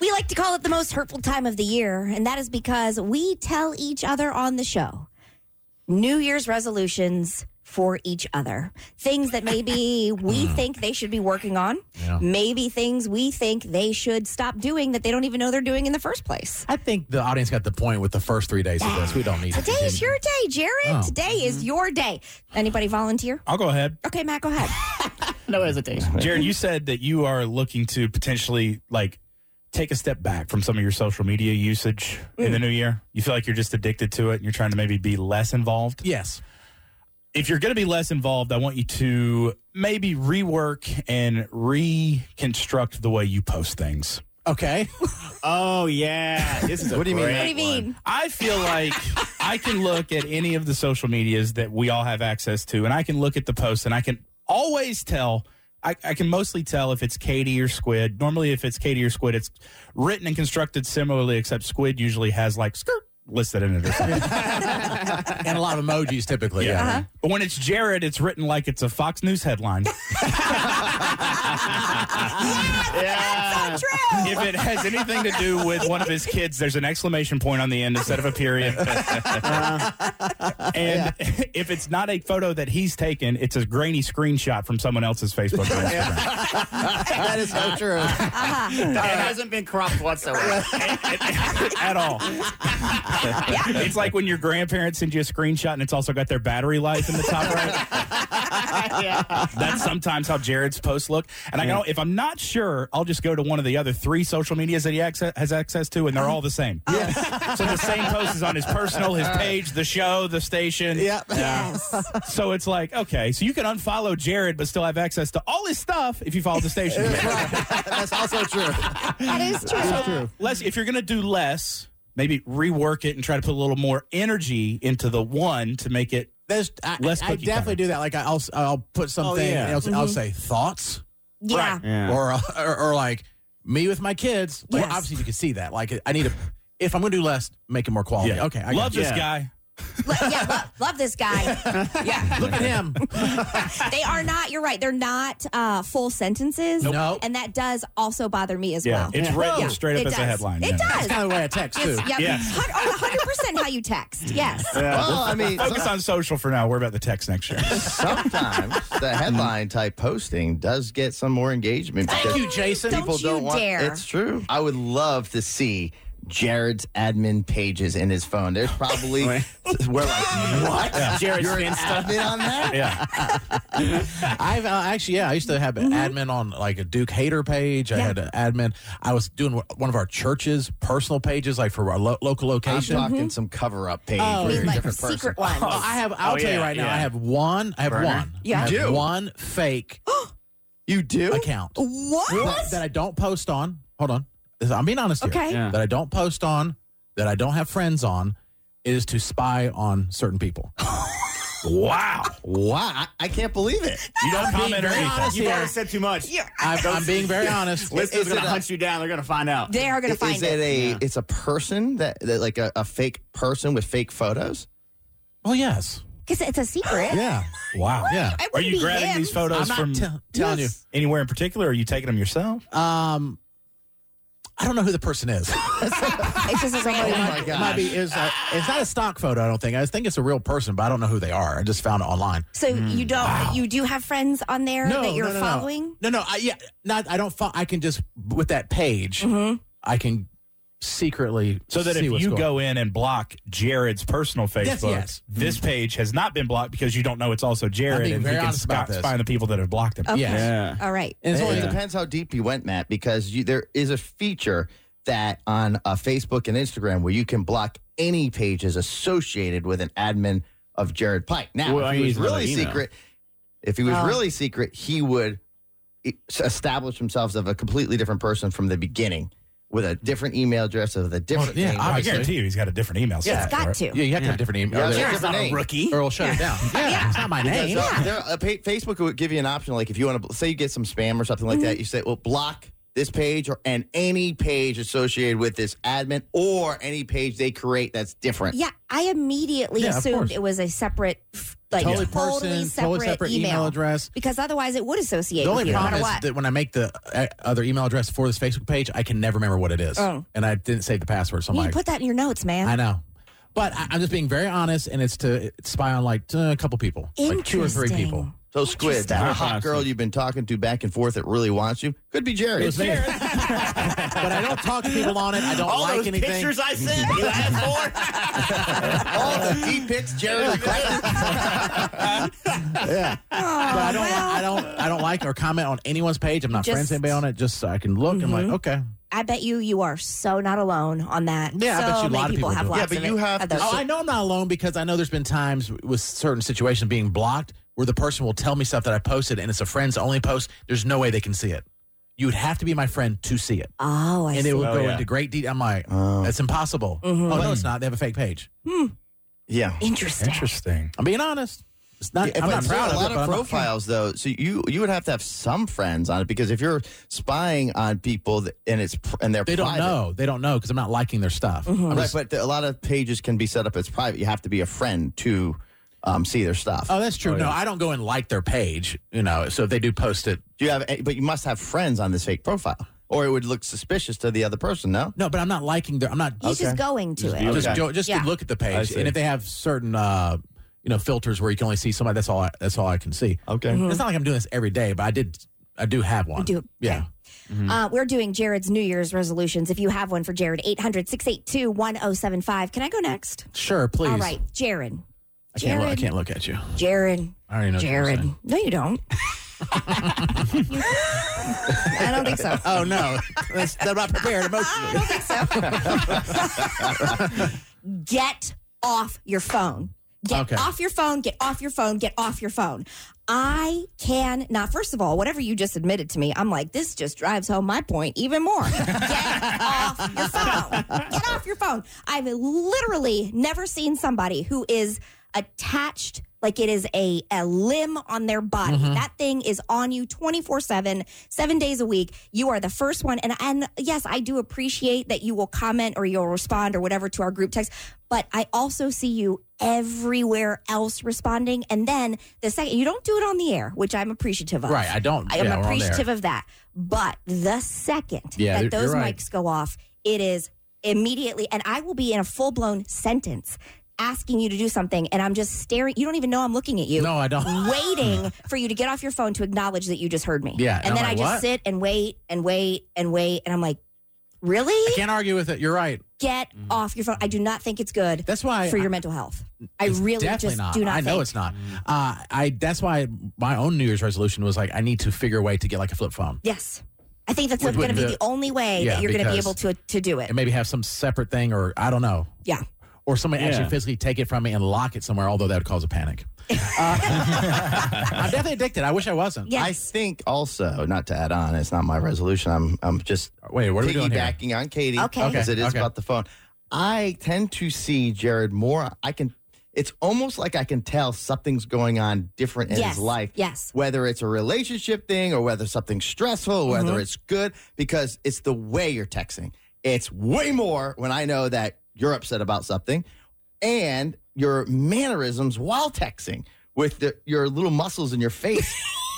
We like to call it the most hurtful time of the year, and that is because we tell each other on the show New Year's resolutions for each other. Things that maybe we think they should be working on, Mm. Yeah. maybe things we think they should stop doing that they don't even know they're doing in the first place. I think the audience got the point with the first three days of this. We don't need to Today is continue. your day, Jared. Oh. Today is your day. Anybody volunteer? I'll go ahead. Okay, Matt, go ahead. No hesitation. Jared, you said that you are looking to potentially like take a step back from some of your social media usage in the Mm. new year. You feel like you're just addicted to it and you're trying to maybe be less involved. Yes. If you're going to be less involved, I want you to maybe rework and reconstruct the way you post things. Okay. Oh yeah, this is. A What do you mean? great what do you one. mean? I feel like I can look at any of the social medias that we all have access to, and I can look at the posts, and I can always tell. I, I can mostly tell if it's Katie or Squid. Normally, if it's Katie or Squid, it's written and constructed similarly, except Squid usually has like skirt listed in it or something. and a lot of emojis typically. Yeah. Uh-huh. But when it's Jared, it's written like it's a Fox News headline. Yeah. That's so true. if it has anything to do with one of his kids, there's an exclamation point on the end instead of a period. and if it's not a photo that he's taken, it's a grainy screenshot from someone else's Facebook. or Instagram. That is so true. That hasn't been cropped whatsoever. At all. It's like when your grandparents send you a screenshot and it's also got their battery life in the top right. yeah. That's sometimes how Jared's posts look. And I go, if I'm not sure, I'll just go to one of the other three social medias that he access, has access to, and they're all the same. Oh. So the same post is on his personal, his page, the show, the station. Yep. Yes. So it's like, okay, so you can unfollow Jared but still have access to all his stuff if you follow the station. That's also true. That is true. Les, if you're going to do less, maybe rework it and try to put a little more energy into the one to make it. There's, I, Less I cookie definitely do that. Like I- I'll, I'll put something. yeah. and I'll, I'll say thoughts Yeah. Yeah. or, or or like me with my kids. Well, Yes. obviously you can see that. Like I need to. If I'm going to do less, make it more quality. Yeah. Okay. I Love got this Yeah. guy. Lo- yeah, love, love this guy. you. Look at him. They are not. You're right. They're not uh, full sentences. Nope. Nope. And that does also bother me as well. It's written Yeah, straight up it as a does. headline. It yeah. does. kind of the way I text too. It's, yep. Yeah. Hun- oh, 100% how you text. Yes. Well, I mean, Focus on social for now. Worry about the text next year. sometimes the headline type posting does get some more engagement. Thank you, Jason. Don't you dare. It's true. I would love to see Jared's admin pages in his phone. There's probably we're like what? Jared's You're an Insta. admin on that? yeah. I've uh, actually, yeah, I used to have an admin on like a Duke hater page. I Yeah. had an admin. I was doing wh- one of our churches' personal pages, like for our lo- local I'm location. talking some cover up page Oh, where you you're mean a like different person. secret ones. Oh, I have. I'll Oh, tell you yeah, right now. yeah. I have one. I have Burner? one. Yeah. I have You do? one fake You do? account What? that, that I don't post on. Hold on. I'm being honest here. Okay. Yeah. That I don't post on. That I don't have friends on. Is to spy on certain people. Wow. Wow, I, I can't believe it. You don't comment or very anything. honest You've here. already said too much. Yeah. I've- I'm being very honest. Listeners Is gonna it a- hunt you down. They're gonna find out. They are going to Is find it it. a Yeah. it's a person that, that like a, a fake person with fake photos? Well, Oh, yes. Because it's a secret. Yeah. Wow. Yeah. It Are wouldn't you be grabbing him. these photos I'm not from tell- telling you. anywhere in particular? Or are you taking them yourself? Um, I don't know who the person is. Oh It's just somebody. It might- it might be- it's, a- it's not a stock photo. I don't think. I think it's a real person, but I don't know who they are. I just found it online. So you don't. You do have friends on there that you're no, no, following. No, no. no I, yeah, not. I don't. Fo- I can just with that page. I can secretly Mm-hmm. So that see if what's you going- go in and block Jared's personal Facebook, Yes, yes. this page has not been blocked because you don't know it's also Jared, being and very you can honest about spy, this. Oh, spy on the people that have blocked him. Okay. Yes. Yeah. All right. And it's It- only- It depends how deep you went, Matt, because you, there is a feature that on uh, Facebook and Instagram where you can block any pages associated with an admin of Jared Pike. Now, Well, if I he was use another really email. secret, if he was Oh. really secret, he would e- establish himself as a completely different person from the beginning with a different email address with a different Oh, yeah, name. I- I Obviously. guarantee you he's got a different email. It's set for got it. to. Yeah, you have to have different email. Yeah. or Jared's not a name. rookie. they'll- or will shut it down. Yeah, it's not my name. Because, uh, there- uh, pa- Facebook would give you an option, like if you want to say you get some spam or something like Mm-hmm. that, you say, "Well, block this page or and any page associated with this admin or any page they create that's different." Yeah, I immediately Yeah, of assumed course. it was a separate f- like Totally totally person, separate, totally separate email address. because otherwise it would associate The with only you, no problem matter is what. that when I make the uh, other email address for this Facebook page, I can never remember what it is, Oh. and I didn't save the password. So I'm you like, put that in your notes, man. I know. But I, I'm just being very honest, and it's to spy on like uh, a couple people, like two or three Interesting. people. So, Squid, that hot girl you've been talking to back and forth that really wants you could be Jared. It's me. but I don't talk to people on it. I don't All like those anything. pictures I sent you asked for. All the deep pics Jared was collecting. Oh, But I don't, well, I don't, I don't like or comment on anyone's page. I'm not Just- friends with anybody on it. Just so I can look. I'm like, okay. I bet you you are so not alone on that. Yeah, I so bet you a many lot of people have do. lots Yeah, but of you it- have of to- those. Oh, I know I'm not alone because I know there's been times with certain situations being blocked where the person will tell me stuff that I posted and it's a friends only post. There's no way they can see it. You would have to be my friend to see it, Oh, I and see. it will Oh, go yeah. into great detail. I'm like, Oh. that's impossible. Mhm. Oh no, it's not. They have a fake page. Yeah. Interesting. Interesting. I'm being honest. It's not. Yeah, I'm but not still, proud a of lot it. but I'm of not- profiles, though. So you you would have to have some friends on it because if you're spying on people that, and it's pr- and they're They don't private, know. They don't know because I'm not liking their stuff. I'm Right, just- but a lot of pages can be set up as private. You have to be a friend to um, see their stuff. oh, that's true. No, I don't go and like their page. You know, so if they do post it, Do you have? eh, But you must have friends on this fake profile, or it would look suspicious to the other person. No. no, but I'm not liking their. I'm not He's just Okay. going to it. I'm just go, just Yeah. to look at the I page, see. and if they have certain, uh, you know, filters where you can only see somebody, that's all. I, that's all I can see. Okay. It's not like I'm doing this every day, but I did. I do have one. Mm-hmm. do. Yeah. Uh, we're doing Jared's New Year's resolutions. If you have one for Jared, 800 682 1075. Can I go next? Sure. Please. All right, Jared. I can't. Look, I Jared. can't look at you. Jared. I already know. what you're Jared. saying. No, you don't. I don't think so. Oh no, that's, I'm not prepared I emotionally. don't think so. get off your phone. Get Okay. off your phone. Get off your phone. Get off your phone. I can not. First of all, whatever you just admitted to me, I'm like, this just drives home my point even more. Get off your phone. Get off your phone. I've literally never seen somebody who is attached like it is a, a limb on their body. That thing is on you 24 7, seven days a week. You are the first one. And, and yes, I do appreciate that you will comment or you'll respond or whatever to our group text, but I also see you everywhere else responding. And then the second, you don't do it on the air, which I'm appreciative of. Right. I don't. I am yeah, we're on there. appreciative of that. But the second Yeah, that you're- those you're right. mics go off, it is immediately, and I will be in a full blown sentence asking you to do something, and I'm just staring. You don't even know I'm looking at you. No, I don't. Waiting for you to get off your phone to acknowledge that you just heard me. Yeah, And, and then I I'm like, just "What?" sit and wait and wait and wait. And I'm like, I Mm. really? can't argue with it. You're right. Get off your phone. I do not think it's good That's why for I- your mental health. I It's really definitely just do not I know think- it's not. Uh, I that's why my own New Year's resolution was like I need to figure a way to get like a flip phone Yes. I think that's Would- going to would be the- the only way Yeah, that you're going to be because- able to, to do it. and maybe have some separate thing or I don't know. Yeah. Or somebody Yeah. actually physically take it from me and lock it somewhere, although that would cause a panic. Uh, I'm definitely addicted. I wish I wasn't. Yes. I think also, not to add on, it's not my resolution. I'm I'm just Wait, what are we doing here? piggybacking on Katie Okay. Okay, because it is okay. about the phone. I tend to see Jared more. I can. It's almost like I can tell something's going on different in yes. his life. Yes. Whether it's a relationship thing or whether something's stressful, whether it's good, because it's the way you're texting. It's way more when I know that you're upset about something and your mannerisms while texting with the, your little muscles in your face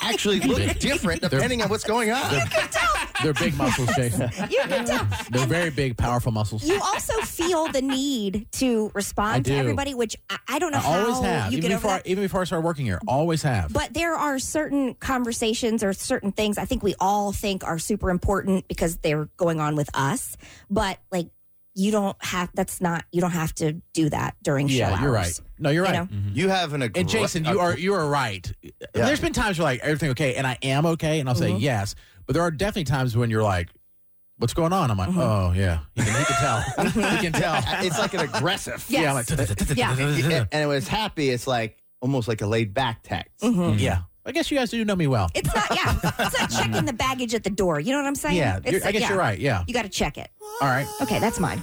actually look different depending on what's going on. They're big muscles, Jason. You can tell. They're very big, powerful muscles. You also feel the need to I respond to do. everybody, which I, I don't know I how always have. you Even get over before, I, that. even before I started working here, always have. But there are certain conversations or certain things I think we all think are super important because they're going on with us. But like, you don't have. That's not. You don't have to do that during show yeah, hours. you're right. No, you're You right. know? You have an aggra- And Jason, you are you are right. There's been times you're like everything okay, and I am okay, and I'll say Mhm. yes. But there are definitely times when you're like, "What's going on?" I'm like, Mhm. "Oh yeah, he can, he can tell. he can tell." It's like an aggressive. Yes. Yeah, I'm like, Yeah, yeah. and when it's happy, it's like almost like a laid back text. Mhm. Hmm. yeah. I guess you guys do know me well. It's not. Yeah. It's not checking the baggage at the door. You know what I'm saying? Yeah, It's, you're- I guess yeah. you're right. Yeah. You got to check it. All right. Okay, that's mine.